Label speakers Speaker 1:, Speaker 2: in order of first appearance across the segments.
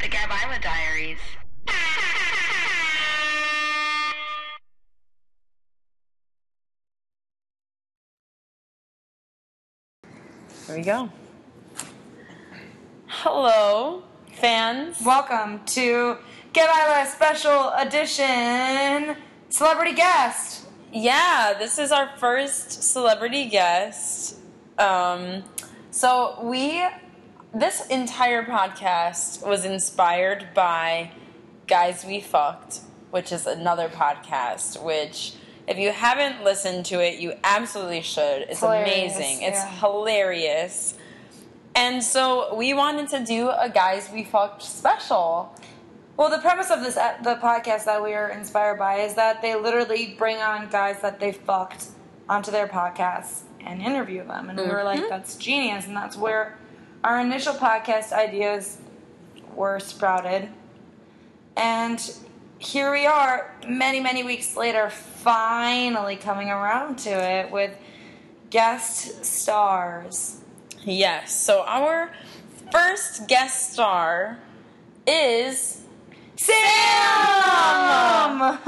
Speaker 1: The Gab Island Diaries.
Speaker 2: There we go. Hello, fans.
Speaker 3: Welcome to Get Isla Special Edition Celebrity Guest.
Speaker 2: Yeah, this is our first celebrity guest. Um, so we, this entire podcast was inspired by Guys We Fucked, which is another podcast. Which, if you haven't listened to it, you absolutely should. It's
Speaker 3: Hilarious,
Speaker 2: amazing. It's
Speaker 3: yeah.
Speaker 2: hilarious. And so we wanted to do a Guys We Fucked special.
Speaker 3: Well, the premise of this ep- the podcast that we are inspired by is that they literally bring on guys that they fucked onto their podcasts and interview them, and we were like, "That's genius!" And that's where our initial podcast ideas were sprouted. And here we are, many many weeks later, finally coming around to it with guest stars.
Speaker 2: Yes. So our first guest star is Sam.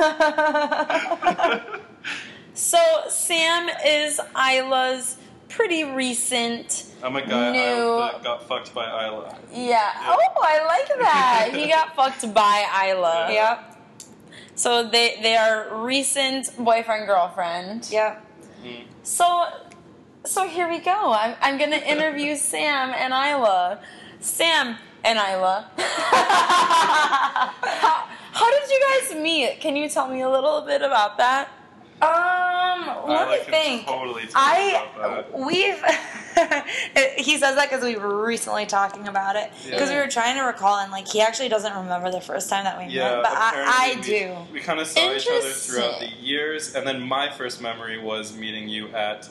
Speaker 2: So Sam is Isla's pretty recent.
Speaker 4: I'm a guy
Speaker 2: No.
Speaker 4: I, that got fucked by Isla.
Speaker 2: Yeah. Oh, I like that. he got fucked by Isla.
Speaker 4: Yeah.
Speaker 3: yep,
Speaker 2: So they they are recent boyfriend girlfriend.
Speaker 3: yep.
Speaker 2: So, so here we go. I'm, I'm gonna interview Sam and Isla. Sam and Isla. how, how did you guys meet? Can you tell me a little bit about that?
Speaker 3: Um, let
Speaker 4: Isla
Speaker 3: me
Speaker 4: can
Speaker 3: think.
Speaker 4: Totally. tell you
Speaker 3: I
Speaker 4: about that.
Speaker 3: we've he says that because we were recently talking about it because we
Speaker 4: Yeah.
Speaker 3: were trying to recall and like he actually doesn't remember the first time that we
Speaker 4: Yeah,
Speaker 3: met, but I, I
Speaker 4: apparently
Speaker 3: do.
Speaker 4: we, We kind of saw each other throughout the
Speaker 2: Interesting.
Speaker 4: years, and then my first memory was meeting you at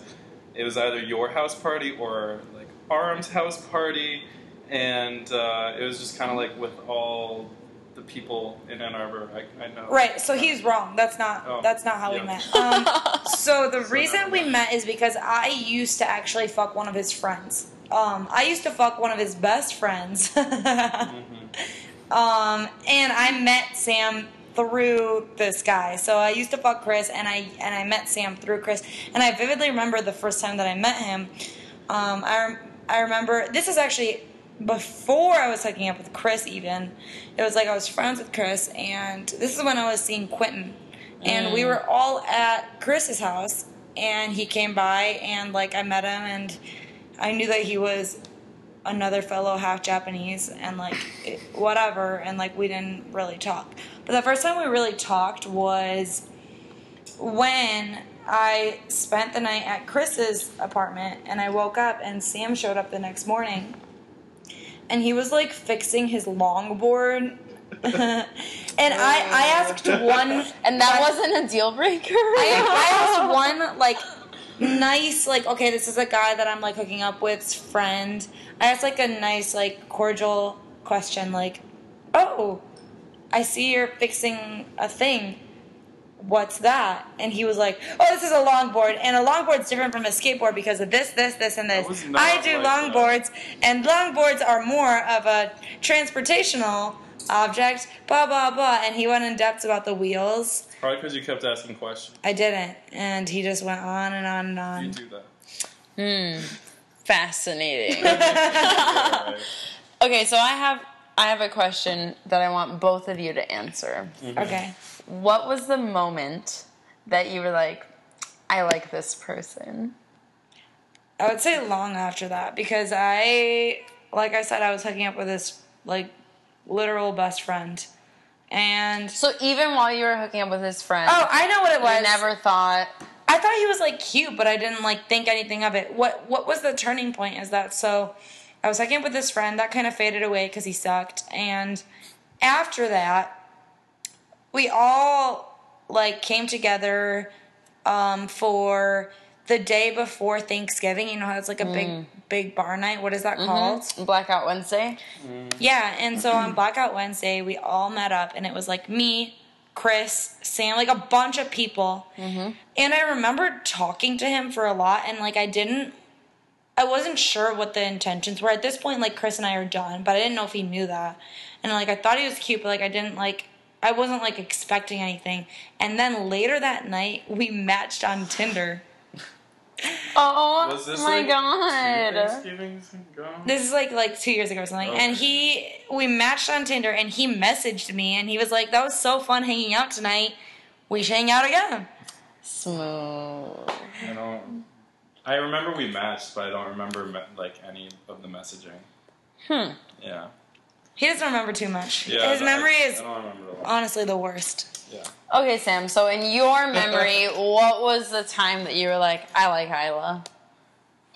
Speaker 4: it was either your house party or like Arm's house party, and uh, it was just kind of like with all the people in Ann Arbor. I, I know.
Speaker 3: Right, so he's wrong. That's not
Speaker 4: Oh,
Speaker 3: that's not how
Speaker 4: yeah.
Speaker 3: we met. Um, so the reason
Speaker 4: never
Speaker 3: we
Speaker 4: mind.
Speaker 3: met is because I used to actually fuck one of his friends. Um, I used to fuck one of his best friends.
Speaker 4: Mm.
Speaker 3: Um, and I met Sam through this guy. So I used to fuck Chris, and I and I met Sam through Chris, and I vividly remember the first time that I met him. Um, I rem- I remember this is actually before I was hooking up with Chris. Even it was like I was friends with Chris, and this is when I was seeing Quentin, and we were all at Chris's house, and he came by, and like I met him, and I knew that he was another fellow half Japanese and like it, whatever and like we didn't really talk. But the first time we really talked was when I spent the night at Chris's apartment and I woke up and Sam showed up the next morning and he was like fixing his longboard. and I I asked one
Speaker 2: And that wasn't a deal breaker.
Speaker 3: I, I asked one like nice like okay this is a guy that i'm like hooking up with friend i asked like a nice like cordial question like oh i see you're fixing a thing what's that and he was like oh this is a longboard and a longboard's different from a skateboard because of this this this and this
Speaker 4: was not
Speaker 3: i do
Speaker 4: like that.
Speaker 3: longboards and longboards are more of a transportational object blah blah blah and he went in depth about the wheels
Speaker 4: Probably because you kept asking questions.
Speaker 3: I didn't, and he just went on and on and on.
Speaker 4: You do that.
Speaker 2: Fascinating.
Speaker 4: Yeah, right.
Speaker 2: okay, so I have I have a question that I want both of you to answer.
Speaker 3: Okay.
Speaker 2: What was the moment that you were like, I like this person?
Speaker 3: I would say long after that because I, like I said, I was hooking up with this like literal best friend, and
Speaker 2: So even while you were hooking up with his friend,
Speaker 3: oh, I know what it
Speaker 2: I
Speaker 3: was.
Speaker 2: never thought
Speaker 3: I thought he was like cute, but I didn't like think anything of it. What What was the turning point? Is that so? I was hooking up with this friend that kind of faded away because he sucked, and after that, we all like came together um, for the day before Thanksgiving. You know how it's like a big big bar night. What is that called?
Speaker 2: Blackout Wednesday.
Speaker 3: Yeah, and so on Blackout Wednesday, we all met up, and it was like me, Chris, Sam, like a bunch of people. And I remember talking to him for a lot, and like I didn't, I wasn't sure what the intentions were. At this point, like Chris and I are done, but I didn't know if he knew that. And like I thought he was cute, but like I didn't like, I wasn't like expecting anything. And then later that night, we matched on Tinder.
Speaker 2: Oh
Speaker 4: Was this
Speaker 2: my
Speaker 4: like
Speaker 2: god.
Speaker 4: two Thanksgivings ago?
Speaker 3: This is like like two years ago or
Speaker 4: Oh,
Speaker 3: something. And he we matched on Tinder and he messaged me and he was like, That was so fun hanging out tonight. We should hang out again.
Speaker 2: Smooth.
Speaker 4: I don't. I remember we matched, but I don't remember me- like any of the messaging.
Speaker 2: Hmm.
Speaker 4: Yeah.
Speaker 3: He doesn't remember too much.
Speaker 4: Yeah.
Speaker 3: His
Speaker 4: I-
Speaker 3: memory
Speaker 4: I,
Speaker 3: is
Speaker 4: I don't remember a lot.
Speaker 3: honestly the worst.
Speaker 4: Yeah.
Speaker 2: Okay, Sam. So, in your memory, what was the time that you were like, "I like Hyla"?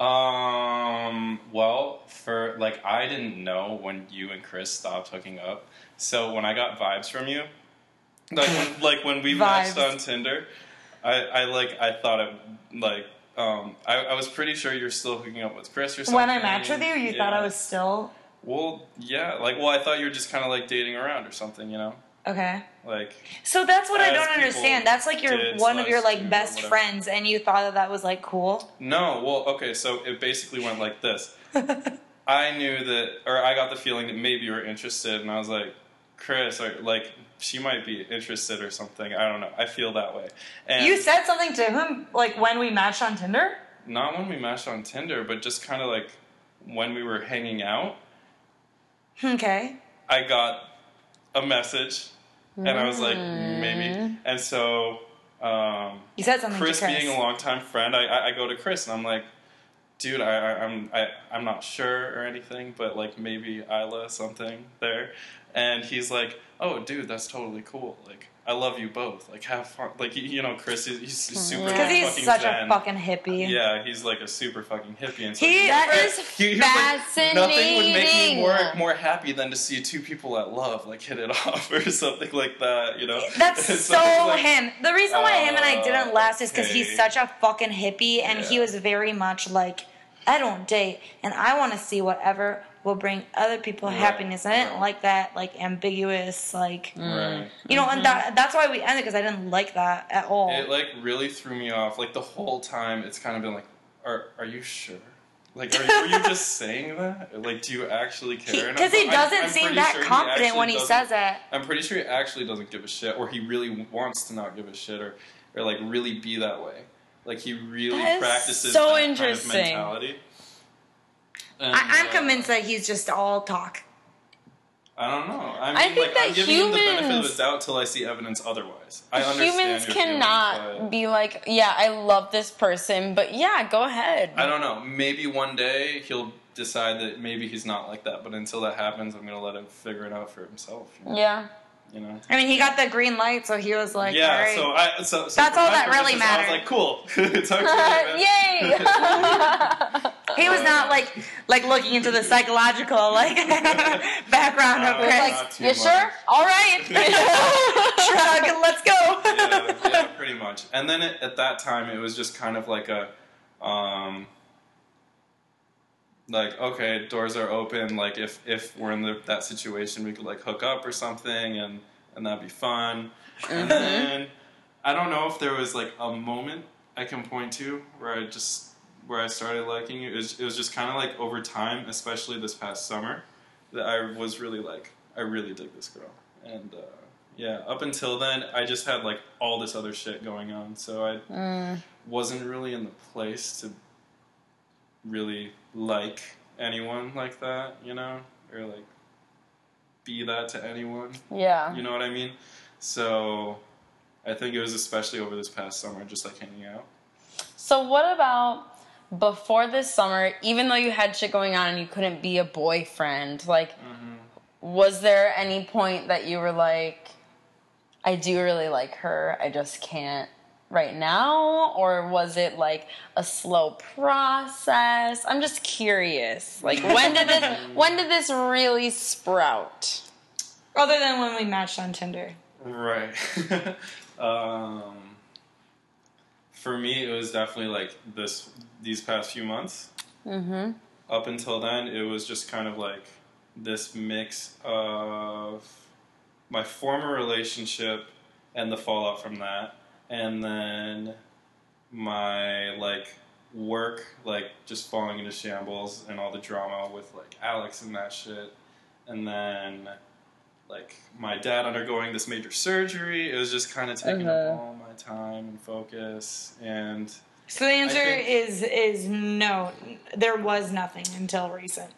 Speaker 4: Um. Well, for like, I didn't know when you and Chris stopped hooking up. So when I got vibes from you, like when, like when we matched
Speaker 3: Vibes.
Speaker 4: on Tinder, I, I like I thought it like um I, I was pretty sure you're still hooking up with Chris or something.
Speaker 3: When I matched with you, you thought
Speaker 4: Yeah.
Speaker 3: I was still
Speaker 4: Well, yeah. Like, well, I thought you were just kind of like dating around or something, you know?
Speaker 3: Okay.
Speaker 4: Like,
Speaker 3: So that's what I
Speaker 4: As
Speaker 3: don't
Speaker 4: people
Speaker 3: understand. That's like your
Speaker 4: did
Speaker 3: one of your
Speaker 4: slash
Speaker 3: like
Speaker 4: do or
Speaker 3: best
Speaker 4: whatever.
Speaker 3: friends and you thought that that was like cool.
Speaker 4: No, well, okay, so it basically went like this. I knew that, or I got the feeling that maybe you were interested, and I was like, Chris, or, like, she might be interested or something. I don't know. I feel that way. And
Speaker 3: You said something to him like when we matched on Tinder?
Speaker 4: not when we matched on Tinder, but just kind of like when we were hanging out,
Speaker 3: Okay.
Speaker 4: I got a message, and I was like, maybe. And so, um,
Speaker 3: You said something
Speaker 4: Chris
Speaker 3: to Chris.
Speaker 4: being a longtime friend, I, I, I go to Chris and I'm like, dude, I, I, I'm I, I'm not sure or anything, but like maybe Isla something there, and he's like, oh, dude, that's totally cool. Like, I love you both. Like, have fun. Like, you know, Chris is he's super
Speaker 3: Because
Speaker 4: fucking
Speaker 3: he's such
Speaker 4: zen.
Speaker 3: a fucking hippie.
Speaker 4: Yeah, he's like a super fucking hippie, and so
Speaker 3: He-
Speaker 4: he's
Speaker 3: that
Speaker 4: like-
Speaker 2: is
Speaker 4: he- he was like, Nothing would make
Speaker 2: fascinating.
Speaker 4: me more more happy than to see two people that love like hit it off or something like that. You know,
Speaker 3: That's
Speaker 4: It's
Speaker 3: so
Speaker 4: like-
Speaker 3: him. The reason why him and I didn't
Speaker 4: Uh,
Speaker 3: last is because he's
Speaker 4: okay.
Speaker 3: such a fucking hippie and he
Speaker 4: Yeah.
Speaker 3: was very much like, I don't date and I want to see whatever will bring other people
Speaker 4: Right,
Speaker 3: happiness. And I didn't
Speaker 4: right.
Speaker 3: like that, like, ambiguous, like,
Speaker 4: Right.
Speaker 3: you know, and that, that's why we ended because I didn't like that at all.
Speaker 4: It like really threw me off. Like the whole time, it's kind of been like, are are you sure? Like, are, were you just saying that? Or, Like, do you actually care? And I'm-
Speaker 3: Because he
Speaker 4: I'm-
Speaker 3: doesn't
Speaker 4: I'm
Speaker 3: seem
Speaker 4: pretty
Speaker 3: that
Speaker 4: sure he
Speaker 3: confident
Speaker 4: actually
Speaker 3: when he
Speaker 4: doesn't-
Speaker 3: says it.
Speaker 4: I'm pretty sure he actually doesn't give a shit, or he really wants to not give a shit, or or like really be that way. Like he really
Speaker 2: That is
Speaker 4: practices
Speaker 2: so
Speaker 4: that kind of
Speaker 2: interesting.
Speaker 4: mentality. And,
Speaker 3: I, I'm
Speaker 4: uh,
Speaker 3: convinced that he's just all talk.
Speaker 4: I don't know. I, mean,
Speaker 2: I think
Speaker 4: like, I'm
Speaker 2: that
Speaker 4: giving him the benefit of
Speaker 2: humans-
Speaker 4: the doubt till I see evidence otherwise. I understand
Speaker 2: Humans
Speaker 4: your feelings,
Speaker 2: cannot
Speaker 4: but-
Speaker 2: be like, "Yeah, I love this person," but yeah, go ahead.
Speaker 4: I don't know. Maybe one day he'll decide that maybe he's not like that. But until that happens, I'm gonna let him figure it out for himself. You know.
Speaker 2: yeah.
Speaker 4: You know?
Speaker 3: I mean, he got the green light, so he was like, all
Speaker 4: yeah.
Speaker 3: right.
Speaker 4: So I. So, so
Speaker 3: That's
Speaker 4: from
Speaker 3: all
Speaker 4: my
Speaker 3: that really
Speaker 4: perspective,
Speaker 3: mattered.
Speaker 4: I was like, cool. it's okay. man.
Speaker 2: Yay!
Speaker 3: He was not like like looking into the psychological like background of
Speaker 4: Uh,
Speaker 3: Chris.
Speaker 4: not too
Speaker 2: you
Speaker 4: much.
Speaker 2: sure? All right.
Speaker 3: Shrug, let's go.
Speaker 4: yeah, yeah, pretty much. And then it, at that time, it was just kind of like a, um, like okay, doors are open. Like if if we're in the, that situation, we could like hook up or something, and and that'd be fun. And then I don't know if there was like a moment I can point to where I just where I started liking you. It was, it was just kind of like over time, especially this past summer, that I was really like I really dig this girl. And uh, yeah, up until then, I just had like all this other shit going on, so I wasn't really in the place to really like anyone like that, you know, or like be that to anyone.
Speaker 2: yeah.
Speaker 4: You know what I mean? So I think it was especially over this past summer, just like hanging out.
Speaker 2: So what about before this summer, even though you had shit going on and you couldn't be a boyfriend, like was there any point that you were like I do really like her, I just can't right now or was it like a slow process? I'm just curious. Like when did this when did this really sprout?
Speaker 3: Other than when we matched on Tinder.
Speaker 4: Right. um, for me, it was definitely like this these past few months.
Speaker 2: Mhm.
Speaker 4: Up until then, it was just kind of like this mix of my former relationship and the fallout from that, and then my like work like just falling into shambles and all the drama with like Alex and that shit, and then like my dad undergoing this major surgery. It was just kind of taking up
Speaker 2: Uh-huh.
Speaker 4: all my time and focus and.
Speaker 3: So the answer
Speaker 4: think-
Speaker 3: is is no. There was nothing until recent.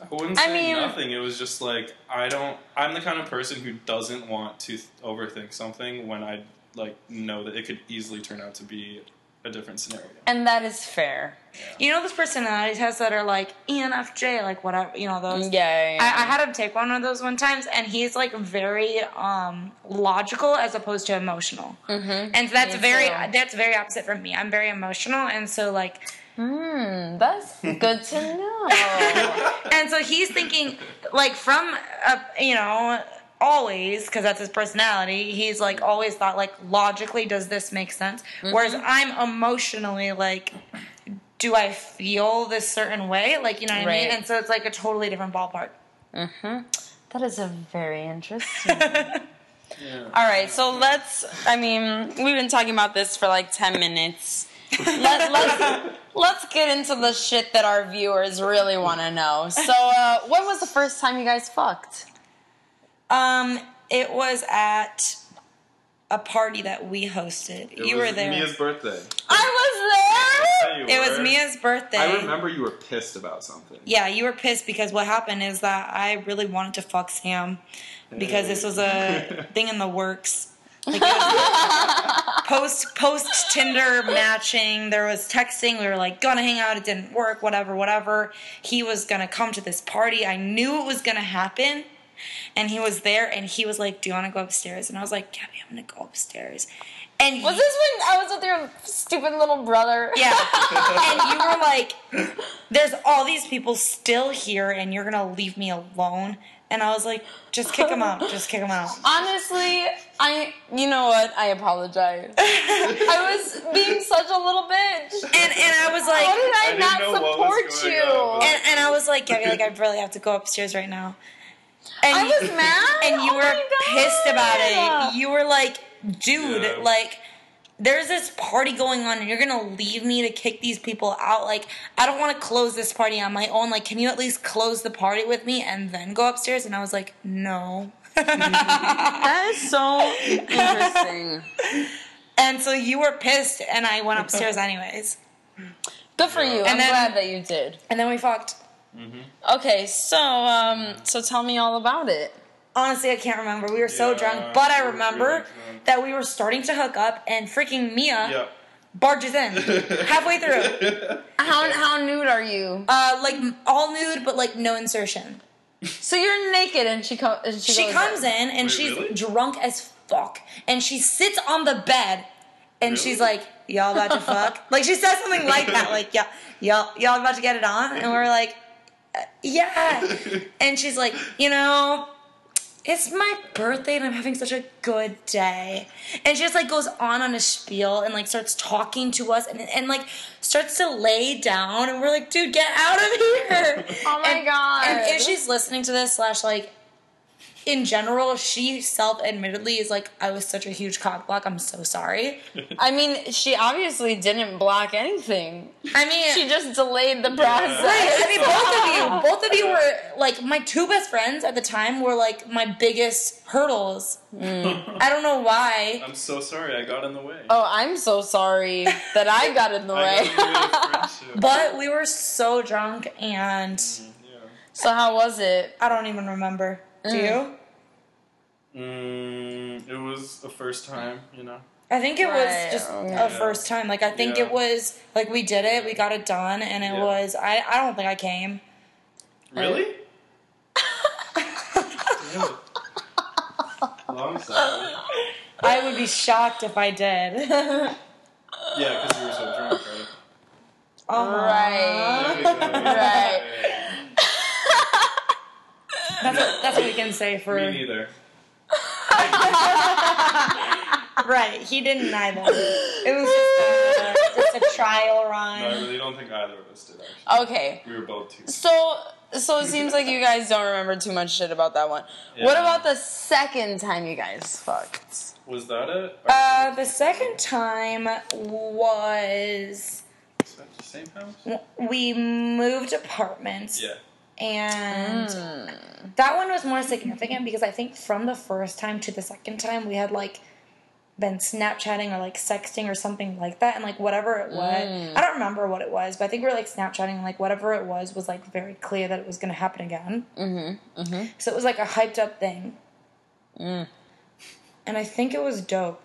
Speaker 4: I wouldn't
Speaker 2: I
Speaker 4: say
Speaker 2: mean-
Speaker 4: nothing. It was just like I don't. I'm the kind of person who doesn't want to th- overthink something when I like know that it could easily turn out to be a different scenario.
Speaker 2: And that is fair.
Speaker 3: You know those personality tests that are like E ENFJ, like whatever. You know those.
Speaker 2: Yeah. yeah,
Speaker 3: I, I had him take one of those one times, and he's like very um, logical as opposed to emotional. Mm-hmm. And so that's
Speaker 2: Me
Speaker 3: very
Speaker 2: too.
Speaker 3: that's very opposite from me. I'm very emotional, and so like
Speaker 2: Hmm, that's good to know.
Speaker 3: and so he's thinking like from uh, you know always because that's his personality he's like always thought like logically does this make sense whereas i'm emotionally like do i feel this certain way like you know what i mean
Speaker 2: Right.
Speaker 3: and so it's like a totally different ballpark
Speaker 2: that is a very interesting. All right, so let's. I mean, we've been talking about this for like ten minutes. Let, let's let's get into the shit that our viewers really want to know. So, uh, when was the first time you guys fucked?
Speaker 3: um it was at a party that we hosted you were there
Speaker 4: Mia's birthday.
Speaker 2: I was there.
Speaker 3: it was Mia's birthday
Speaker 4: I remember you were pissed about something.
Speaker 3: Yeah, you were pissed because what happened is that I really wanted to fuck Sam because this was a thing in the works. Like, it was- post post Tinder matching, there was texting. We were like gonna hang out. It didn't work. Whatever, whatever. He was gonna come to this party. I knew it was gonna happen, and he was there. And he was like, "Do you want to go upstairs?" And I was like, "Gabby, I'm gonna go upstairs." And
Speaker 2: Was this when I was with your stupid little brother?
Speaker 3: yeah. and you were like, there's all these people still here and you're going to leave me alone. And I was like, just kick them out. Just kick them out.
Speaker 2: Honestly, I. You know what? I apologize. I was being such a little bitch.
Speaker 3: And, and I was
Speaker 2: How
Speaker 3: like,
Speaker 2: did I,
Speaker 4: didn't
Speaker 2: not
Speaker 4: know what was
Speaker 2: support
Speaker 4: going
Speaker 2: you?
Speaker 4: on, but-
Speaker 3: and, and I was like, Gabby, like, I really have to go upstairs right now. And
Speaker 2: I
Speaker 3: you-
Speaker 2: was mad.
Speaker 3: and you
Speaker 2: Oh
Speaker 3: were
Speaker 2: my God.
Speaker 3: pissed about it. You were like, dude,
Speaker 4: Yeah.
Speaker 3: like there's this party going on and you're gonna leave me to kick these people out. Like, I don't wanna close this party on my own. Like, can you at least close the party with me and then go upstairs? And I was like, no.
Speaker 2: That is so interesting.
Speaker 3: And so you were pissed and I went upstairs anyways.
Speaker 2: Good for you. I'm
Speaker 3: then-
Speaker 2: glad that you did.
Speaker 3: And then we fucked.
Speaker 2: Okay, so um, so tell me all about it.
Speaker 3: Honestly, I can't remember. We were so
Speaker 4: Yeah,
Speaker 3: drunk, but I
Speaker 4: we were
Speaker 3: remember
Speaker 4: really drunk.
Speaker 3: that we were starting to hook up and freaking Mia
Speaker 4: Yeah.
Speaker 3: barges in halfway through.
Speaker 2: How how nude are you?
Speaker 3: Uh, like all nude, but like no insertion.
Speaker 2: So you're naked and she comes. She,
Speaker 3: She
Speaker 2: goes
Speaker 3: comes in and
Speaker 4: Wait,
Speaker 3: she's
Speaker 4: really?
Speaker 3: drunk as fuck, and she sits on the bed, and
Speaker 4: Really?
Speaker 3: she's like, "Y'all about to fuck?" like she says something like that, like "Y'all, y'all, y'all about to get it on?" And we're like, "Uh, "Yeah," and she's like, "You know." It's my birthday and I'm having such a good day. And she just like goes on on a spiel and like starts talking to us and, and like starts to lay down and we're like, dude, get out of here.
Speaker 2: Oh my
Speaker 3: And-
Speaker 2: God.
Speaker 3: And if she's listening to this, slash like in general, she self admittedly is like, I was such a huge cock block, I'm so sorry.
Speaker 2: I mean, she obviously didn't block anything.
Speaker 3: I mean
Speaker 2: She just delayed the
Speaker 3: Right,
Speaker 2: process.
Speaker 3: I mean, both of you, both of you were like my two best friends at the time were like my biggest hurdles. I don't know why.
Speaker 4: I'm so sorry. I got in the way.
Speaker 2: Oh, I'm so sorry that I got in the
Speaker 4: I
Speaker 2: way.
Speaker 4: got in the way of
Speaker 3: But we were so drunk, and
Speaker 4: friendship.
Speaker 2: so how was it?
Speaker 3: I don't even remember. Do
Speaker 2: Mm.
Speaker 3: you?
Speaker 4: Yeah. Mm, it was the first time, you know.
Speaker 3: I think it
Speaker 2: Right, Oh,
Speaker 3: was just
Speaker 2: okay.
Speaker 3: a first time. Like I think
Speaker 4: Yeah.
Speaker 3: it was like we did it, we got it done, and it
Speaker 4: Yeah.
Speaker 3: was. I I don't think I came.
Speaker 4: Really? Damn it. Well, I'm sorry.
Speaker 3: I would be shocked if I did. Oh,
Speaker 4: Yeah, because you were so drunk, right? Uh-huh.
Speaker 2: Right. Right.
Speaker 3: That's what, that's what we can say for
Speaker 4: Me neither.
Speaker 3: right. He didn't either. It was just a, just a trial
Speaker 4: No, I
Speaker 3: run.
Speaker 4: really don't think either of us did. Actually,
Speaker 2: Okay.
Speaker 4: we were both too.
Speaker 2: So so it seems like you guys don't remember too much shit about that one. What
Speaker 4: Yeah.
Speaker 2: about the second time you guys fucked?
Speaker 4: Was that it? Or
Speaker 3: Uh, the second time was
Speaker 4: was that the same house?
Speaker 3: we moved apartments.
Speaker 4: Yeah.
Speaker 3: And that one was more significant because I think from the first time to the second time we had like been Snapchatting or like sexting or something like that, and like whatever it was, I don't remember what it was, but I think we were like Snapchatting, and like whatever it was was like very clear that it was going to happen again. Mm-hmm. Mm-hmm. Mm. So it was like a hyped up thing, and I think it was dope.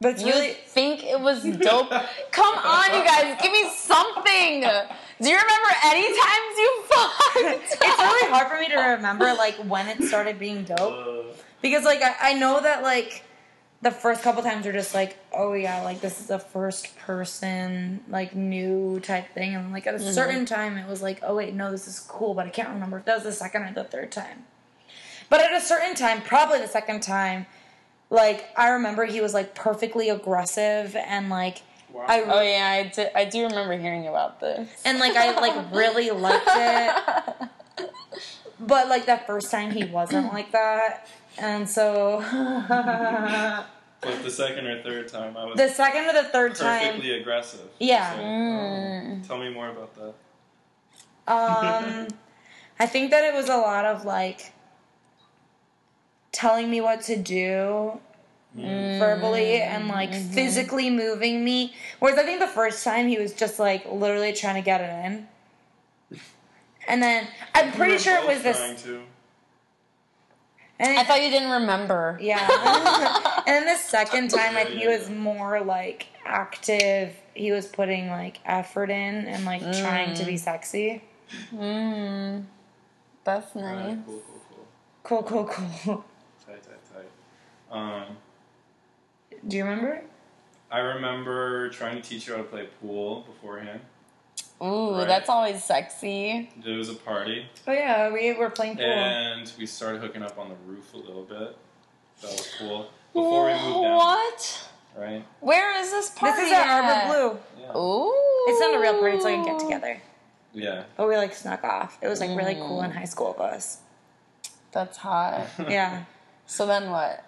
Speaker 3: But it's
Speaker 2: You
Speaker 3: really
Speaker 2: think it was dope? Come on, you guys, give me something. Do you remember any times you fucked?
Speaker 3: it's really hard for me to remember like when it started being dope
Speaker 4: Uh,
Speaker 3: because like I, I know that like the first couple times you're just like oh yeah like this is a first person like new type thing and like at a certain time it was like oh wait no this is cool but I can't remember if that was the second or the third time but at a certain time probably the second time like I remember he was like perfectly aggressive and like
Speaker 4: Wow.
Speaker 3: I
Speaker 2: Oh yeah, I, did, I do remember hearing about this.
Speaker 3: and like I like really liked it. But like that first time he wasn't like that. And so
Speaker 4: but the second or third time, I was
Speaker 3: the second or the third time
Speaker 4: perfectly aggressive.
Speaker 3: Yeah. Mm.
Speaker 4: So, um, tell me more about that.
Speaker 3: um I think that it was a lot of like telling me what to do Mm. verbally and like
Speaker 4: Mm-hmm.
Speaker 3: physically moving me. Whereas I think the first time he was just like literally trying to get it in. And then I'm
Speaker 4: We
Speaker 3: pretty
Speaker 4: were
Speaker 3: sure it
Speaker 4: both
Speaker 3: was this.
Speaker 4: trying to-
Speaker 3: and
Speaker 2: I thought you didn't remember.
Speaker 3: Yeah. and then the second time, like he
Speaker 4: Yeah, yeah,
Speaker 3: was
Speaker 4: yeah.
Speaker 3: more like active. He was putting like effort in and like trying to be sexy.
Speaker 2: Mm, that's
Speaker 4: Alright,
Speaker 3: Mm.
Speaker 2: nice.
Speaker 4: cool,
Speaker 3: Cool,
Speaker 4: cool, cool.
Speaker 3: cool, cool.
Speaker 4: Tight, tight, tight. Um,
Speaker 3: Do you remember?
Speaker 4: I remember trying to teach you how to play pool beforehand.
Speaker 2: Ooh,
Speaker 4: Right.
Speaker 2: that's always sexy.
Speaker 4: There was a party,
Speaker 3: Oh yeah, we were playing pool.
Speaker 4: and we started hooking up on the roof a little bit. That was cool. Before we moved down,
Speaker 2: What?
Speaker 4: right?
Speaker 2: Where is this party?
Speaker 3: this is at
Speaker 2: at?
Speaker 3: Arbor Blue.
Speaker 4: Yeah.
Speaker 2: Ooh.
Speaker 3: It's not a real party. It's like a get together.
Speaker 4: Yeah.
Speaker 3: But we like snuck off. It was like really cool in high school of us.
Speaker 2: That's hot.
Speaker 3: Yeah.
Speaker 2: So then what?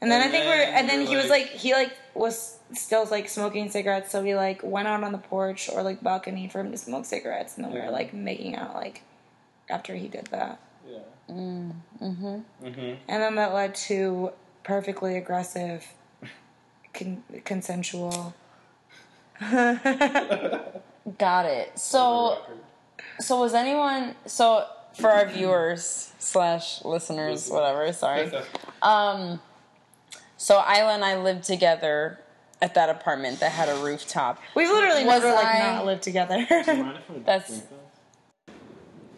Speaker 3: And then
Speaker 4: And
Speaker 3: I think we're
Speaker 4: then
Speaker 3: and then
Speaker 4: we were
Speaker 3: he was
Speaker 4: like-
Speaker 3: like he like was still like smoking cigarettes, so we like went out on the porch or like balcony for him to smoke cigarettes, and then we
Speaker 4: Yeah.
Speaker 3: were like making out like after he did that,
Speaker 4: Yeah. Mm, mm-hmm. Mm-hmm.
Speaker 3: and then that led to perfectly aggressive, con- consensual.
Speaker 2: Got it. So
Speaker 3: Oh.
Speaker 2: so was anyone so for our viewers slash listeners, whatever, sorry. Um, so Isla and I lived together at that apartment that had a rooftop.
Speaker 3: We've literally
Speaker 2: Was
Speaker 3: never like
Speaker 2: I-
Speaker 3: not lived together.
Speaker 2: That's-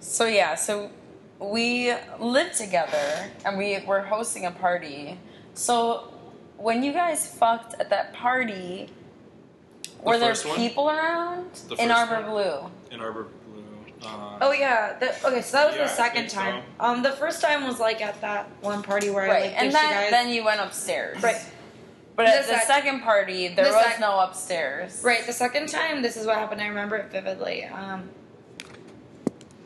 Speaker 2: So yeah, so we lived together and we were hosting a party. So when you guys fucked at that party, were there
Speaker 4: first one?
Speaker 2: people around
Speaker 4: The
Speaker 2: in
Speaker 4: first
Speaker 2: Arbor
Speaker 4: one.
Speaker 2: Blue?
Speaker 4: in Arbor Blue. Uh,
Speaker 3: oh yeah, the, okay. So that was
Speaker 4: Yeah, I
Speaker 3: the second
Speaker 4: think so.
Speaker 3: time. Um, the first time was like at that one party where I
Speaker 2: Right,
Speaker 3: like,
Speaker 2: and
Speaker 3: ditched
Speaker 2: then
Speaker 3: you guys.
Speaker 2: then you went upstairs.
Speaker 3: right.
Speaker 2: but at
Speaker 3: The
Speaker 2: the,
Speaker 3: sec-
Speaker 2: second party there
Speaker 3: the
Speaker 2: was
Speaker 3: sec-
Speaker 2: no upstairs.
Speaker 3: Right, the second time, this is what happened. I remember it vividly. Um,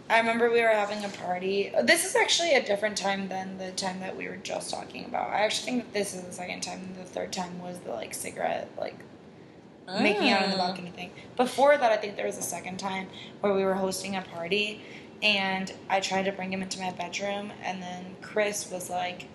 Speaker 3: I remember we were having a party. This is actually a different time than the time that we were just talking about. I actually think that this is the second time. The third time was the like cigarette, like making out on the
Speaker 2: Mm.
Speaker 3: balcony thing. Before that, I think there was a second time where we were hosting a party, and I tried to bring him into my bedroom, and then Chris was like.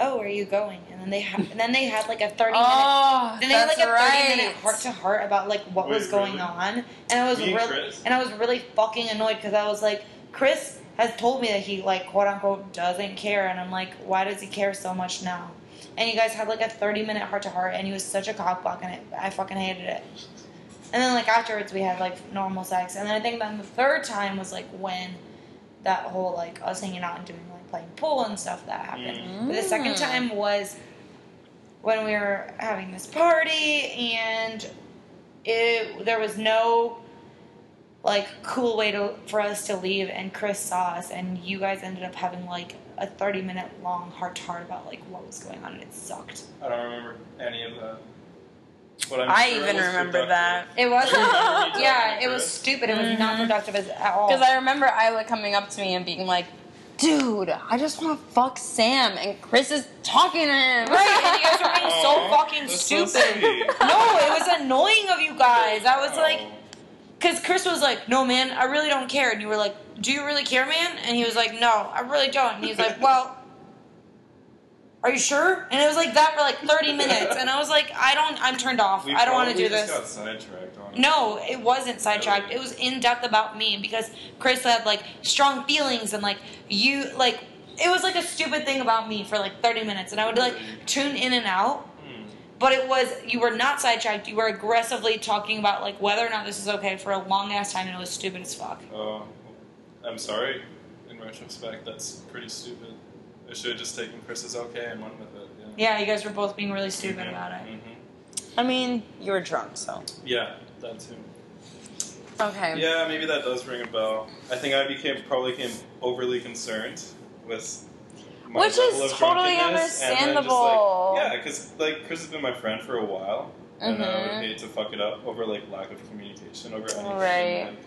Speaker 3: Oh, where are you going? And then they had, and then they had like a thirty minute
Speaker 2: Oh,
Speaker 3: then they had
Speaker 2: that's
Speaker 3: like a
Speaker 2: right.
Speaker 3: 30 minute heart to heart about like what
Speaker 4: Wait,
Speaker 3: was going
Speaker 4: really?
Speaker 3: on, and I was
Speaker 4: Me and
Speaker 3: really
Speaker 4: Chris?
Speaker 3: and I was really fucking annoyed because I was like, Chris has told me that he like quote unquote doesn't care, and I'm like, why does he care so much now? And you guys had like a 30 minute heart to heart, and he was such a cockblock, and I, I fucking hated it. And then like afterwards, we had like normal sex, and then I think then the third time was like when that whole like us hanging out and doing like playing pool and stuff that happened. But the second time was when we were having this party and it there was no like cool way to for us to leave and Chris saw us and you guys ended up having like a 30 minute long heart to heart about like what was going on and it sucked.
Speaker 4: I don't remember any of that. But I'm
Speaker 2: I
Speaker 4: sure it
Speaker 2: even
Speaker 4: was
Speaker 2: remember
Speaker 4: productive.
Speaker 2: that.
Speaker 3: It wasn't.
Speaker 4: Remember me
Speaker 3: yeah,
Speaker 4: talking
Speaker 3: it
Speaker 4: to
Speaker 3: was
Speaker 4: Chris?
Speaker 3: stupid. It was not productive as, at all.
Speaker 2: Because I remember Isla coming up to me and being like, dude, I just want to fuck Sam, and Chris is talking to him.
Speaker 3: right, and you guys were being so
Speaker 4: Aw,
Speaker 3: fucking
Speaker 4: that's so
Speaker 3: stupid.
Speaker 4: sweet.
Speaker 3: no, it was annoying of you guys. I was like,
Speaker 4: Oh.
Speaker 3: because Chris was like, "No, man, I really don't care," and you were like, "Do you really care, man?" And he was like, "No, I really don't." And he was like, "Well." Are you sure? And it was like that for like 30 minutes. And I was like, I don't, I'm turned off.
Speaker 4: We
Speaker 3: I don't want to
Speaker 4: probably
Speaker 3: do
Speaker 4: just
Speaker 3: this.
Speaker 4: Got sidetracked, honestly.
Speaker 3: No, it wasn't sidetracked. It was in depth about me because Chris had like strong feelings and like you like it was like a stupid thing about me for like 30 minutes and I would like tune in and out.
Speaker 4: Hmm.
Speaker 3: But it was you were not sidetracked. You were aggressively talking about like whether or not this is okay for a long ass time and it was stupid as fuck.
Speaker 4: Oh, I'm sorry. In retrospect, that's pretty stupid. I should have just taken Chris's okay and went with it. Yeah.
Speaker 3: Yeah, you guys were both being really stupid about it.
Speaker 4: hmm
Speaker 2: I mean, you were drunk, so.
Speaker 4: Yeah, that too.
Speaker 2: Okay.
Speaker 4: Yeah, maybe that does ring a bell. I think I became probably became overly concerned with. My
Speaker 2: Which
Speaker 4: level
Speaker 2: is
Speaker 4: of
Speaker 2: totally
Speaker 4: drunkenness, and then just, like-
Speaker 2: understandable.
Speaker 4: yeah, because like Chris has been my friend for a while, and I
Speaker 2: Mhm.
Speaker 4: would hate to fuck it up over like lack of communication over anything.
Speaker 2: Right.
Speaker 4: like-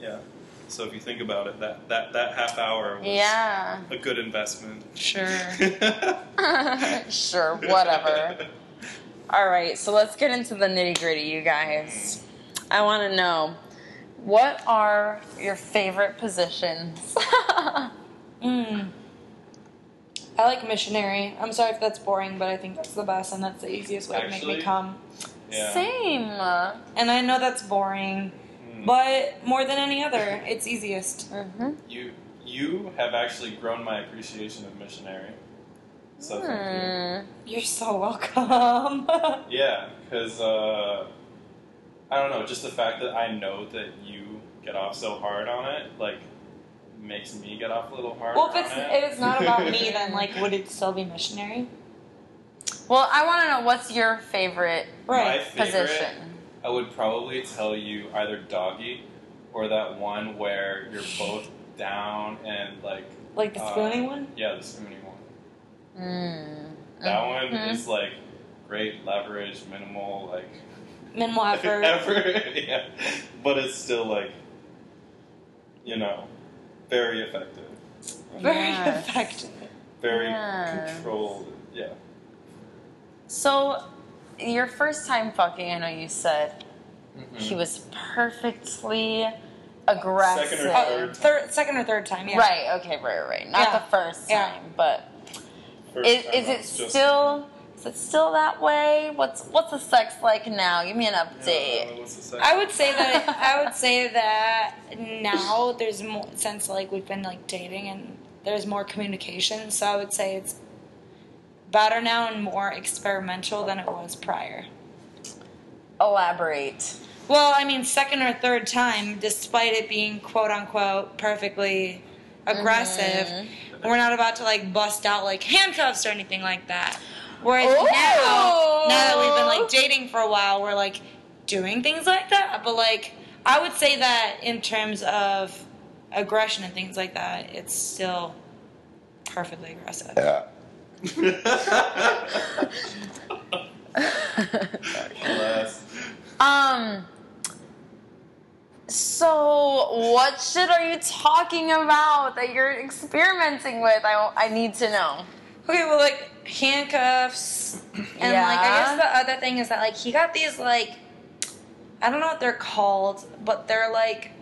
Speaker 4: yeah. So if you think about it, that that that half hour was
Speaker 2: Yeah.
Speaker 4: a good investment.
Speaker 3: Sure.
Speaker 2: sure, whatever. All right, so let's get into the nitty gritty, you guys. I want to know what are your favorite positions?
Speaker 4: Hmm.
Speaker 3: Mm. I like missionary. I'm sorry if that's boring, but I think that's the best and that's the easiest way to make
Speaker 4: Actually,
Speaker 3: me come.
Speaker 4: yeah.
Speaker 2: Same.
Speaker 3: And I know that's boring.
Speaker 4: Mm.
Speaker 3: But more than any other, it's easiest.
Speaker 2: hmm
Speaker 4: You you have actually grown my appreciation of missionary. So
Speaker 2: Hmm.
Speaker 4: thank
Speaker 3: You're so welcome.
Speaker 4: you. Yeah, because uh, I don't know, just the fact that I know that you get off so hard on it, like makes me get off a little harder.
Speaker 3: well, if it's
Speaker 4: on it.
Speaker 3: if it's not about me, then like, would it still be missionary?
Speaker 2: Well, I want to know what's your favorite
Speaker 4: My
Speaker 3: Right.
Speaker 4: favorite,
Speaker 2: position?
Speaker 4: I would probably tell you either doggy or that one where you're both down and like
Speaker 3: Like the
Speaker 4: uh,
Speaker 3: spooning one.
Speaker 4: Yeah, the spooning one.
Speaker 2: Mm.
Speaker 4: That one
Speaker 3: Mm-hmm.
Speaker 2: Mhm.
Speaker 4: is like great leverage, minimal like
Speaker 3: Minimal effort.
Speaker 4: effort, yeah. But it's still like, you know, very effective,
Speaker 3: Very
Speaker 2: Yes.
Speaker 3: effective.
Speaker 4: very
Speaker 2: Yeah.
Speaker 4: controlled. Yeah.
Speaker 2: So, your first time fucking, I know you said
Speaker 4: Mm-hmm. Mm.
Speaker 2: he was perfectly aggressive.
Speaker 4: Second or
Speaker 3: Oh,
Speaker 4: Third.
Speaker 3: third, second or third time. Yeah.
Speaker 2: Right. Okay. Right. Right. right. Not
Speaker 3: Yeah.
Speaker 2: the first
Speaker 3: Yeah.
Speaker 2: time, but
Speaker 4: First
Speaker 2: is,
Speaker 4: time
Speaker 2: is
Speaker 4: I
Speaker 2: it
Speaker 4: was just-
Speaker 2: still? Is it still that way? What's What's the sex like now? Give me an
Speaker 4: Yeah,
Speaker 2: update.
Speaker 4: what's the second?
Speaker 3: I would say that I would say that now there's more since like we've been like dating and there's more communication. So I would say it's better now and more experimental than it was prior.
Speaker 2: Elaborate.
Speaker 3: Well, I mean, second or third time, despite it being quote unquote perfectly aggressive, we're not about to like bust out like handcuffs or anything like that. Whereas now, now that we've been like dating for a while, we're like doing things like that. But like, I would say that in terms of aggression and things like that, it's still perfectly aggressive.
Speaker 4: Last.
Speaker 2: um. So, what shit are you talking about that you're experimenting with? I, I need to know.
Speaker 3: Okay, well, like handcuffs, and like I
Speaker 2: Yeah.
Speaker 3: guess the other thing is that like he got these like I don't know what they're called, but they're like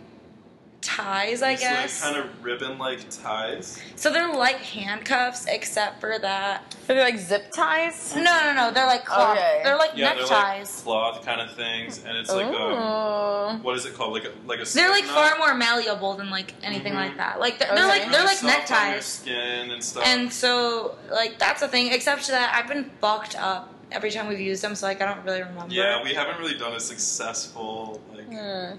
Speaker 3: ties, I
Speaker 4: Just,
Speaker 3: guess.
Speaker 4: like kind of ribbon-like ties.
Speaker 3: So they're like handcuffs, except for that.
Speaker 2: Are they like zip ties?
Speaker 3: No, no, no, they're like cloth.
Speaker 2: Okay.
Speaker 3: They're like
Speaker 4: Yeah, they're like
Speaker 3: neckties.
Speaker 4: cloth kind of things, and it's
Speaker 2: Ooh.
Speaker 4: like um,
Speaker 2: Hmm.
Speaker 4: what is it called? Like a like a.
Speaker 3: They're like
Speaker 4: slipknot?
Speaker 3: far more malleable than like anything
Speaker 4: Mhm.
Speaker 3: like that. Like they're,
Speaker 2: Okay.
Speaker 3: they're like they're like
Speaker 4: Soft on your
Speaker 3: neckties.
Speaker 4: Skin and stuff.
Speaker 3: And so like that's the thing. Except for that, I've been fucked up every time we've used them. So like I don't really remember.
Speaker 4: yeah, we haven't really done a successful like.
Speaker 2: Hmm.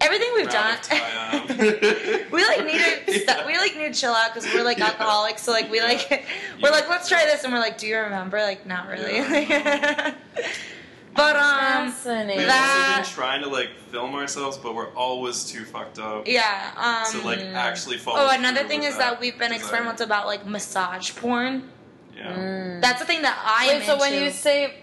Speaker 3: everything we've done.
Speaker 4: round of tie-up.
Speaker 3: We like need to st- we like need to chill out because we're like
Speaker 4: Yeah.
Speaker 3: alcoholics, so like we like
Speaker 4: Yeah.
Speaker 3: we're like let's try this, and we're like, do you remember? Like not really.
Speaker 4: Yeah.
Speaker 3: but um,
Speaker 2: Fascinating.
Speaker 4: We've
Speaker 3: that-
Speaker 4: also been trying to like film ourselves, but we're always too fucked up
Speaker 3: yeah. Um,
Speaker 4: to like actually follow.
Speaker 3: oh, another
Speaker 4: through
Speaker 3: thing
Speaker 4: with
Speaker 3: is that we've been
Speaker 4: desire.
Speaker 3: experimental about like massage porn.
Speaker 4: Yeah.
Speaker 2: Hmm.
Speaker 3: Mm. That's the thing that I am
Speaker 2: Wait, so when
Speaker 3: into.
Speaker 2: you say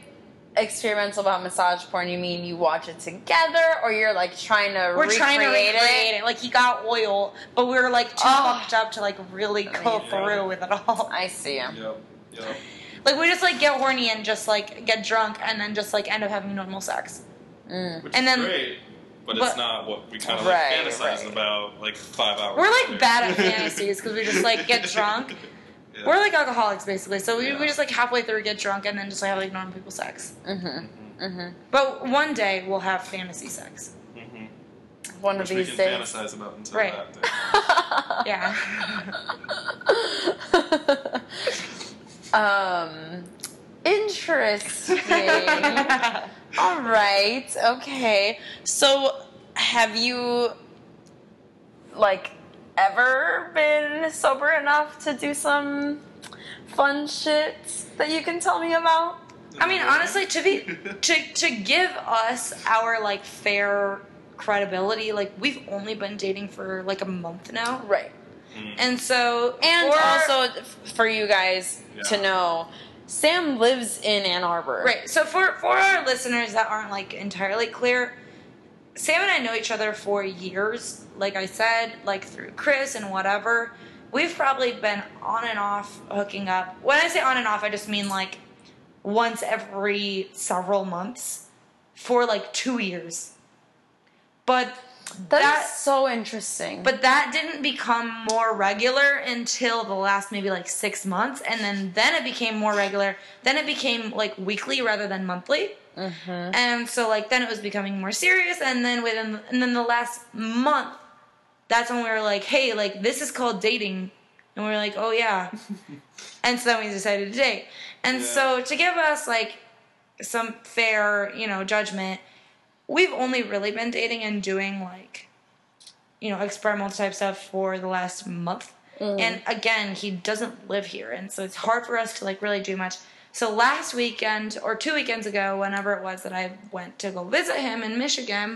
Speaker 2: experimental about massage porn, you mean you watch it together, or you're like trying to
Speaker 3: We're trying to
Speaker 2: recreate
Speaker 3: recreate it. Like he got oil, but we were like too
Speaker 2: Oh.
Speaker 3: fucked up to like really go
Speaker 2: Amazing.
Speaker 3: through with it all.
Speaker 2: I see.
Speaker 4: Yep. Yep.
Speaker 3: Like we just like get horny and just like get drunk and then just like end up having normal sex.
Speaker 2: Mm.
Speaker 4: Which
Speaker 3: And
Speaker 4: is
Speaker 3: then-
Speaker 4: great, but,
Speaker 3: but-
Speaker 4: it's not what we kind of
Speaker 2: Right,
Speaker 4: like fantasize
Speaker 2: right.
Speaker 4: about like five hours.
Speaker 3: We're like
Speaker 4: later.
Speaker 3: bad at fantasies because we just like get drunk.
Speaker 4: Yeah.
Speaker 3: We're like alcoholics basically. So we,
Speaker 4: Yeah.
Speaker 3: we just like halfway through get drunk and then just like have like normal people sex.
Speaker 2: Mm-hmm.
Speaker 4: Mhm,
Speaker 2: Mm-hmm.
Speaker 3: But one day we'll have fantasy sex.
Speaker 4: mhm.
Speaker 2: One
Speaker 4: Which
Speaker 2: of
Speaker 4: we
Speaker 2: these
Speaker 4: can
Speaker 2: days.
Speaker 4: fantasize about until
Speaker 3: Right.
Speaker 4: that day.
Speaker 3: Yeah.
Speaker 2: um, interesting. All right. Okay. So, have you like ever been sober enough to do some fun shit that you can tell me about?
Speaker 3: I mean, honestly, to be to to give us our like fair credibility, like we've only been dating for like a month now,
Speaker 2: Right.
Speaker 4: Mm.
Speaker 3: and so
Speaker 2: And
Speaker 3: or-
Speaker 2: also f- for you guys to
Speaker 4: Yeah.
Speaker 2: know, Sam lives in Ann Arbor.
Speaker 3: right. So for for our listeners that aren't like entirely clear, Sam and I know each other for years. Like I said, like through Chris and whatever, we've probably been on and off hooking up. When I say on and off, I just mean like once every several months for like two years. But
Speaker 2: that
Speaker 3: That-
Speaker 2: is so interesting.
Speaker 3: But that didn't become more regular until the last maybe like six months, and then then it became more regular. Then it became like weekly rather than monthly, and so like then it was becoming more serious. And then within and then the last month, that's when we were like, hey, like this is called dating, and we were like, oh yeah, and so then we decided to date. And
Speaker 4: Yeah.
Speaker 3: so to give us like some fair you know judgment, we've only really been dating and doing like you know experimental type stuff for the last month and again he doesn't live here and so it's hard for us to like really do much so last weekend or two weekends ago whenever it was that i went to go visit him in michigan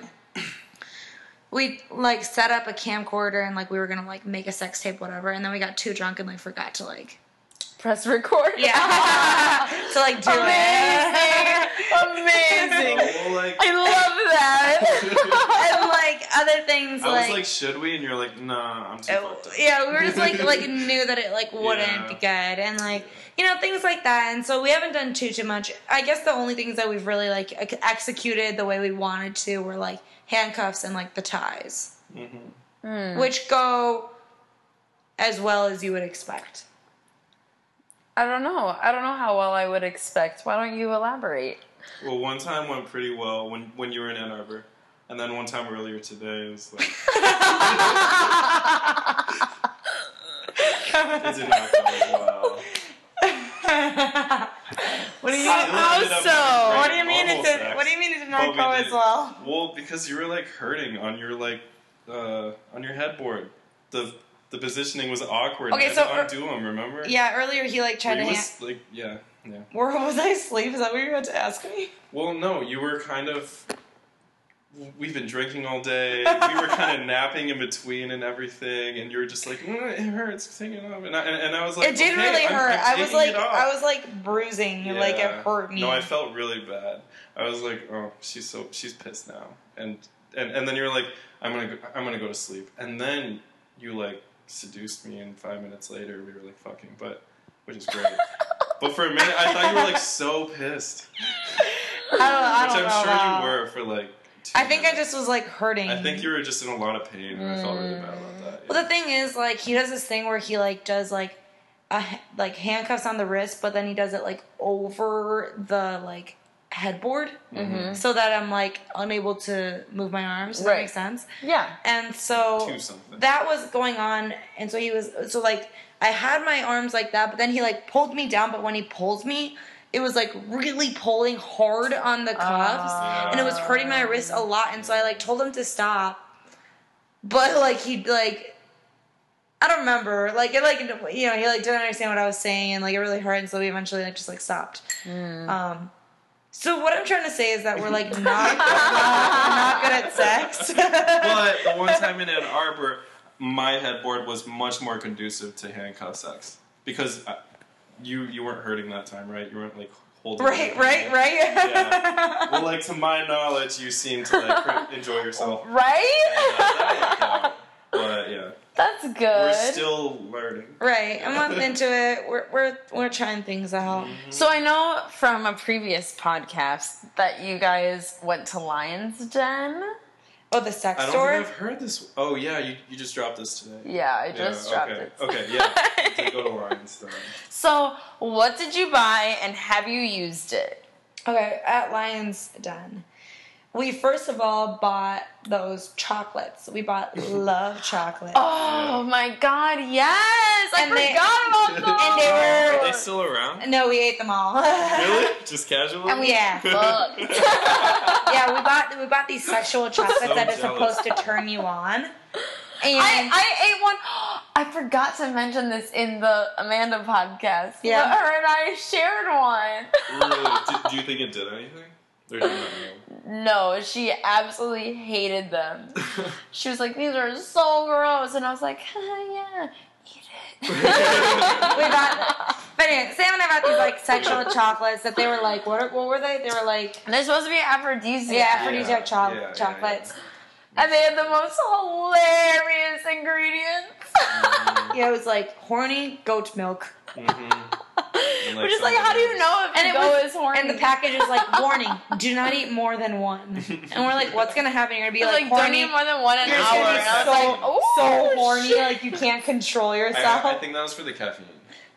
Speaker 3: we like set up a camcorder and like we were gonna like make a sex tape whatever and then we got too drunk and like forgot to like
Speaker 2: Press record.
Speaker 3: yeah so like do it
Speaker 2: Amazing. Amazing.
Speaker 4: Well, like,
Speaker 2: I love that.
Speaker 3: and like other things
Speaker 4: I was like, should we? And you're like, nah, I'm too
Speaker 3: Oh,
Speaker 4: fucked up.
Speaker 3: yeah, we were just like like knew that it like wouldn't
Speaker 4: Yeah.
Speaker 3: be good and like you know things like that. And so we haven't done too too much. I guess the only things that we've really like ex- executed the way we wanted to were like handcuffs and like the ties,
Speaker 4: Mm-hmm.
Speaker 3: which go as well as you would expect.
Speaker 2: I don't know. I don't know how well I would expect. Why don't you elaborate?
Speaker 4: Well, one time went pretty well when when you were in Ann Arbor, and then one time earlier today it was like. it did not go as well.
Speaker 3: What do you
Speaker 4: Still ended up having great
Speaker 3: What do you mean it did?
Speaker 4: normal sex,
Speaker 3: What do you mean it did
Speaker 4: but
Speaker 3: not
Speaker 4: we
Speaker 3: go as
Speaker 4: did-
Speaker 3: well?
Speaker 4: Well, because you were like hurting on your like uh, on your headboard. The the positioning was awkward.
Speaker 3: Okay,
Speaker 4: I had
Speaker 3: so
Speaker 4: to
Speaker 3: er-
Speaker 4: undo them. Remember?
Speaker 3: Yeah, earlier he like tried
Speaker 4: We
Speaker 3: to. hand-
Speaker 4: was like yeah yeah.
Speaker 3: Where was I asleep? Is that what you were about to ask me?
Speaker 4: Well, no, you were kind of. We've been drinking all day. We were kind of napping in between and everything, and you were just like, mm, "It hurts, take it off." And I, and, and I was like,
Speaker 3: it did
Speaker 4: "Okay,
Speaker 3: really
Speaker 4: I'm-
Speaker 3: hurt.
Speaker 4: I'm
Speaker 3: I was
Speaker 4: taking
Speaker 3: like,
Speaker 4: it off."
Speaker 3: I was like bruising. Like it
Speaker 4: Yeah.
Speaker 3: hurt me.
Speaker 4: No, I felt really bad. I was like, "Oh, she's so she's pissed now," and and and then you were like, "I'm gonna go, I'm gonna go to sleep," and then you like seduced me, and five minutes later we were like fucking, but which is great. but for a minute, I thought you were like so pissed.
Speaker 3: I don't, I
Speaker 4: Which
Speaker 3: don't
Speaker 4: I'm
Speaker 3: know
Speaker 4: sure
Speaker 3: about-
Speaker 4: you were for like. Two
Speaker 3: I think I
Speaker 4: minutes.
Speaker 3: just was like hurting.
Speaker 4: I think you were just in a lot of pain, and I felt really bad about that.
Speaker 3: Mm. Well, the thing is, like, he does this thing where he like does like, a, h- like handcuffs on the wrist, but then he does it like over the like headboard,
Speaker 4: Mm-hmm.
Speaker 3: so that I'm like unable to move my arms. Does That
Speaker 2: Right.
Speaker 3: makes sense.
Speaker 2: Yeah.
Speaker 3: And so
Speaker 4: To something.
Speaker 3: that was going on, and so he was so like I had my arms like that, but then he like pulled me down. But when he pulls me, it was like really pulling hard on the cuffs,
Speaker 4: Ah.
Speaker 3: and it was hurting my wrist a lot. And so I like told him to stop, but like he like I don't remember like it like you know he like didn't understand what I was saying, and like it really hurt. And so we eventually like just like stopped. Um, so what I'm trying to say is that we're like not not, not good at sex.
Speaker 4: but the one time in Ann Arbor, my headboard was much more conducive to handcuff sex because uh, you you weren't hurting that time, right? You weren't like hold it
Speaker 3: Right,
Speaker 4: together.
Speaker 3: right, right.
Speaker 4: Yeah. Well, like to my knowledge, you seem to like cr- enjoy yourself. And, uh,
Speaker 2: Right?
Speaker 4: that worked out. But yeah,
Speaker 2: That's good.
Speaker 4: we're still learning.
Speaker 3: Right, a month into it, we're we're we're trying things out.
Speaker 4: Mm-hmm.
Speaker 2: so I know from a previous podcast that you guys went to Lion's Den.
Speaker 3: Oh, the sex
Speaker 4: I don't
Speaker 3: store.
Speaker 4: think I've heard this. Oh yeah, you, you just dropped this today.
Speaker 2: Yeah, I just dropped
Speaker 4: okay.
Speaker 2: it.
Speaker 4: Okay, yeah. Did go to Lionstone.
Speaker 2: So, what did you buy and have you used it?
Speaker 3: Okay, at Lion's Den, we first of all bought those chocolates. We bought love chocolate,
Speaker 2: Oh my god, yes! I
Speaker 3: And they-
Speaker 2: forgot about those!
Speaker 3: and they
Speaker 4: Are they
Speaker 3: were
Speaker 4: still around?
Speaker 3: no, we ate them all.
Speaker 4: Really? Just casually?
Speaker 3: And we- Yeah. yeah, we bought we bought these sexual chocolates
Speaker 4: So
Speaker 3: that are
Speaker 4: jealous.
Speaker 3: supposed to turn you on. And
Speaker 2: I, I ate one. I forgot to mention this in the Amanda podcast.
Speaker 3: Yeah.
Speaker 2: But her and I shared one.
Speaker 4: really? Do, do you think it did anything? Or did it
Speaker 2: No, she absolutely hated them.
Speaker 4: not?
Speaker 2: She was like, these are so gross. And I was like, yeah, eat it.
Speaker 3: we bought, but anyway, Sam and I bought these like sexual chocolates that they were like, what, what were they? They were like,
Speaker 2: They're supposed to be aphrodisiac.
Speaker 3: yeah, aphrodisiac cho-
Speaker 4: Yeah, yeah, yeah.
Speaker 3: chocolates.
Speaker 2: And they had the most hilarious ingredients.
Speaker 4: Mm-hmm.
Speaker 3: Yeah, it was like horny goat milk.
Speaker 4: Mhm. And,
Speaker 2: We're just like, how do you know if
Speaker 3: And
Speaker 2: and
Speaker 3: it
Speaker 2: go
Speaker 3: was-
Speaker 2: is horny?
Speaker 3: And the package is like, warning, do not eat more than one. And we're like, what's gonna happen? You're gonna be
Speaker 2: It was
Speaker 3: like,
Speaker 2: like, don't
Speaker 3: horny,
Speaker 2: eat more than one an
Speaker 3: You're
Speaker 2: hour.
Speaker 3: gonna
Speaker 2: And
Speaker 3: be
Speaker 2: I
Speaker 3: so-
Speaker 2: was like, oh,
Speaker 3: so horny,
Speaker 2: shit.
Speaker 3: like you can't control yourself.
Speaker 4: I, I think that was for the caffeine.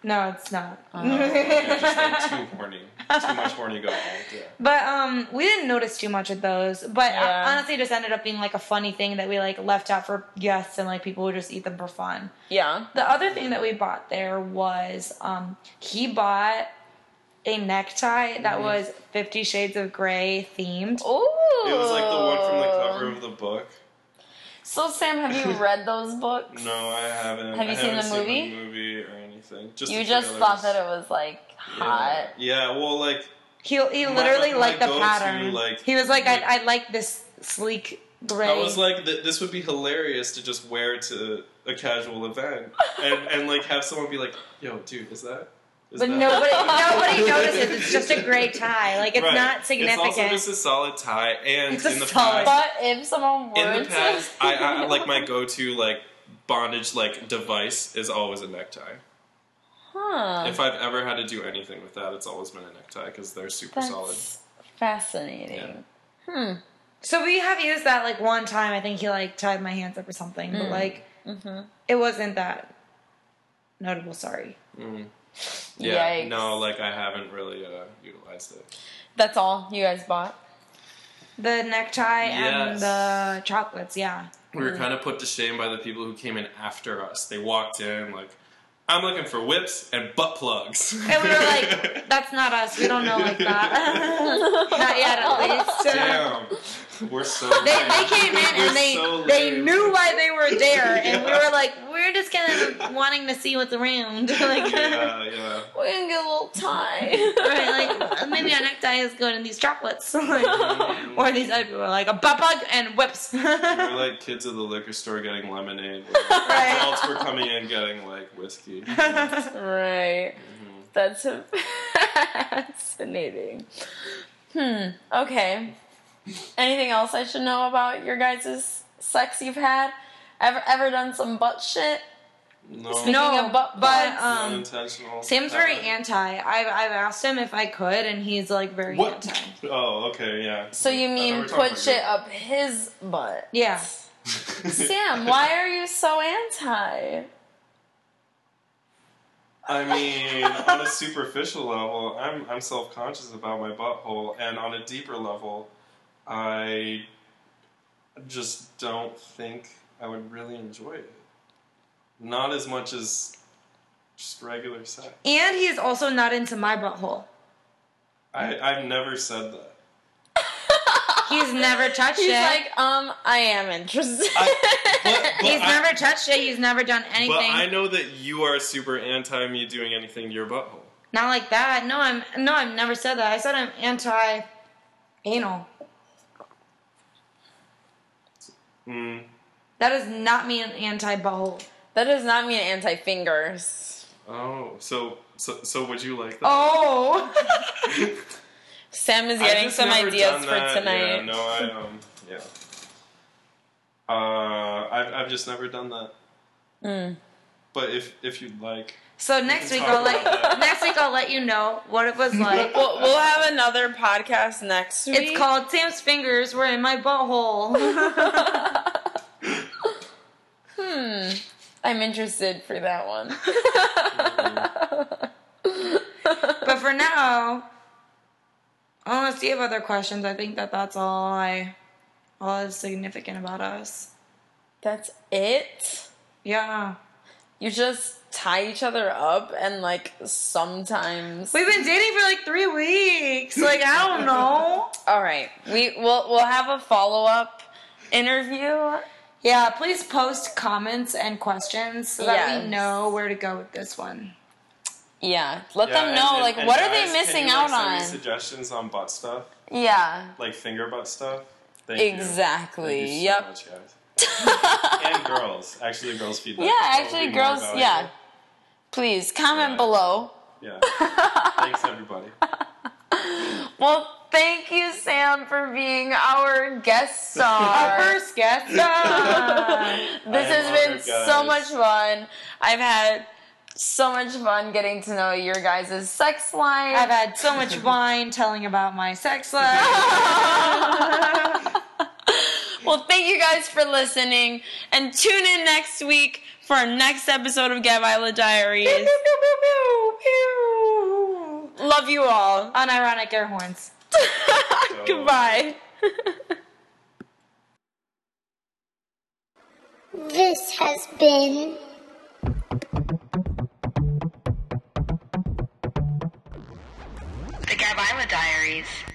Speaker 3: no, it's not.
Speaker 2: Uh-huh.
Speaker 3: Mm-hmm.
Speaker 4: You're just like too horny. Too much horny going on. Yeah.
Speaker 3: But um, we didn't notice too much of those. But
Speaker 2: Yeah.
Speaker 3: uh, honestly, it just ended up being like a funny thing that we like left out for guests and like people would just eat them for fun.
Speaker 2: yeah.
Speaker 3: The other thing that we bought there was um, he bought a necktie that
Speaker 4: Mm-hmm.
Speaker 3: was Fifty Shades of Grey themed.
Speaker 2: Ooh.
Speaker 4: It was like the one from the cover of the book.
Speaker 2: So Sam, have you read those books?
Speaker 4: No, I haven't.
Speaker 2: Have you
Speaker 4: I
Speaker 2: seen
Speaker 4: haven't
Speaker 2: the movie?
Speaker 4: movie or anything. Just
Speaker 2: You
Speaker 4: the
Speaker 2: just
Speaker 4: trailers.
Speaker 2: thought that it was like hot.
Speaker 4: Yeah. yeah, well, like
Speaker 3: He he
Speaker 4: My-
Speaker 3: literally
Speaker 4: my
Speaker 3: liked the
Speaker 4: go-to,
Speaker 3: pattern.
Speaker 4: like-
Speaker 3: he was like, I, I like this sleek gray.
Speaker 4: I was like, th- this would be hilarious to just wear to a casual event and, and like have someone be like, yo, dude, is that? Is
Speaker 3: but
Speaker 4: that?
Speaker 3: nobody nobody notices. It's just a gray tie. Like it's
Speaker 4: Right.
Speaker 3: not
Speaker 4: It's also
Speaker 3: significant.
Speaker 4: just a solid tie, and
Speaker 3: It's a
Speaker 4: in the
Speaker 3: solid-
Speaker 4: past,
Speaker 2: But if someone were
Speaker 4: in the
Speaker 2: to-
Speaker 4: past, I, I like my go-to like bondage like device is always a necktie.
Speaker 2: huh?
Speaker 4: If I've ever had to do anything with that, it's always been a necktie because they're super
Speaker 2: That's
Speaker 4: solid.
Speaker 2: fascinating.
Speaker 3: so we have used that like one time. I think he like tied my hands up or something. But like it wasn't that notable. Sorry.
Speaker 4: Yeah,
Speaker 2: Yikes.
Speaker 4: no, like I haven't really uh, utilized it.
Speaker 2: That's all you guys bought.
Speaker 3: The necktie
Speaker 4: Yes.
Speaker 3: and the chocolates. Yeah.
Speaker 4: we were kind of put to shame by the people who came in after us. They walked in like, I'm looking for whips and butt plugs.
Speaker 3: And we were like, that's not us. We don't know like that. not yet, at least.
Speaker 4: damn, we're so.
Speaker 3: They,
Speaker 4: lame.
Speaker 3: they came in
Speaker 4: We're
Speaker 3: and they
Speaker 4: so
Speaker 3: they
Speaker 4: lame.
Speaker 3: knew why they were there, and we
Speaker 4: Yeah.
Speaker 3: were like, we're just kind of wanting to see what's around. like,
Speaker 4: Yeah, yeah.
Speaker 2: We're gonna get a little tie.
Speaker 3: right, like maybe a necktie is good in these chocolates,
Speaker 4: Mm.
Speaker 3: like, or these other people are like a butt plug and whips.
Speaker 4: We
Speaker 3: right.
Speaker 4: were like kids at the liquor store getting lemonade. where Adults were coming in getting like whiskey.
Speaker 2: Right.
Speaker 4: Mm-hmm.
Speaker 2: That's fascinating. Hmm. Okay. Anything else I should know about your guys' sex you've had? Ever ever done some butt shit?
Speaker 4: No,
Speaker 2: Speaking
Speaker 3: No,
Speaker 2: of butt
Speaker 3: but
Speaker 2: plugs.
Speaker 4: not
Speaker 3: um,
Speaker 4: intentional.
Speaker 3: Sam's very
Speaker 4: Uh,
Speaker 3: anti. I've I've asked him if I could, and he's like very
Speaker 4: What?
Speaker 3: anti.
Speaker 4: Oh, okay, yeah.
Speaker 2: So you
Speaker 4: I thought we
Speaker 2: mean
Speaker 4: were talking
Speaker 2: put
Speaker 4: about
Speaker 2: shit
Speaker 4: you.
Speaker 2: up his butt?
Speaker 3: Yeah.
Speaker 2: Sam, why are you so anti?
Speaker 4: I mean, on a superficial level, I'm I'm self conscious about my butthole, and on a deeper level, I just don't think I would really enjoy it. Not as much as just regular sex.
Speaker 3: And he's also not into my butthole.
Speaker 4: I I've never said that.
Speaker 3: He's never touched
Speaker 2: He's
Speaker 3: it.
Speaker 2: like, um, I am interested.
Speaker 4: I- but- but
Speaker 3: he's
Speaker 4: I-
Speaker 3: never touched it. He's never done anything.
Speaker 4: But I know that you are super anti me doing anything to your butthole.
Speaker 3: Not like that. No, I'm no, I've never said that. I said I'm anti anal.
Speaker 4: Mm.
Speaker 3: That does not mean anti butthole.
Speaker 2: that does not mean anti fingers.
Speaker 4: Oh, so So, so would you like that?
Speaker 2: Oh. Sam is getting some ideas for tonight.
Speaker 4: Yeah, no, I um, yeah. Uh, I've I've just never done that.
Speaker 2: Mm.
Speaker 4: But if if you'd like,
Speaker 3: So next
Speaker 4: can
Speaker 3: week
Speaker 4: talk
Speaker 3: I'll let
Speaker 4: about that.
Speaker 3: next week I'll let you know what it was like.
Speaker 2: We'll, we'll have another podcast next week.
Speaker 3: It's called Sam's fingers were in my butthole.
Speaker 2: Hmm. I'm interested for that one.
Speaker 3: but for now, unless you have other questions, I think that that's all I all is significant about us.
Speaker 2: That's it.
Speaker 3: Yeah,
Speaker 2: You just tie each other up and like sometimes.
Speaker 3: we've been dating for like three weeks. Like I don't know.
Speaker 2: All right. We will we'll have a follow up interview.
Speaker 3: Yeah, please post comments and questions so that
Speaker 2: Yes.
Speaker 3: we know where to go with this one.
Speaker 2: Yeah. Let
Speaker 4: Yeah,
Speaker 2: them
Speaker 4: and-
Speaker 2: know
Speaker 4: and-
Speaker 2: like
Speaker 4: and
Speaker 2: what are
Speaker 4: guys,
Speaker 2: they
Speaker 4: can
Speaker 2: missing
Speaker 4: you,
Speaker 2: out
Speaker 4: like, send me
Speaker 2: on?
Speaker 4: Suggestions on butt stuff,
Speaker 2: yeah.
Speaker 4: like finger butt stuff. Thank you.
Speaker 2: Exactly.
Speaker 4: Thank you so
Speaker 2: yep.
Speaker 4: much, guys. and girls, actually, girls feedback.
Speaker 2: yeah,
Speaker 4: is probably
Speaker 2: actually
Speaker 4: more
Speaker 2: girls,
Speaker 4: valuable.
Speaker 2: yeah. Please comment
Speaker 4: Yeah.
Speaker 2: below.
Speaker 4: yeah. Thanks everybody.
Speaker 2: Well, thank you, Sam, for being our guest
Speaker 3: Our
Speaker 2: star.
Speaker 3: first guest. uh,
Speaker 2: this
Speaker 4: I am
Speaker 2: has been
Speaker 4: honored, guys.
Speaker 2: so much fun. I've had so much fun getting to know your guys' sex life.
Speaker 3: I've had so much wine telling about my sex life.
Speaker 2: well, thank you guys for listening, and tune in next week for our next episode of Gavila Diaries. Love you all.
Speaker 3: Unironic air horns.
Speaker 2: Goodbye.
Speaker 5: This has been
Speaker 1: The Gavila Diaries.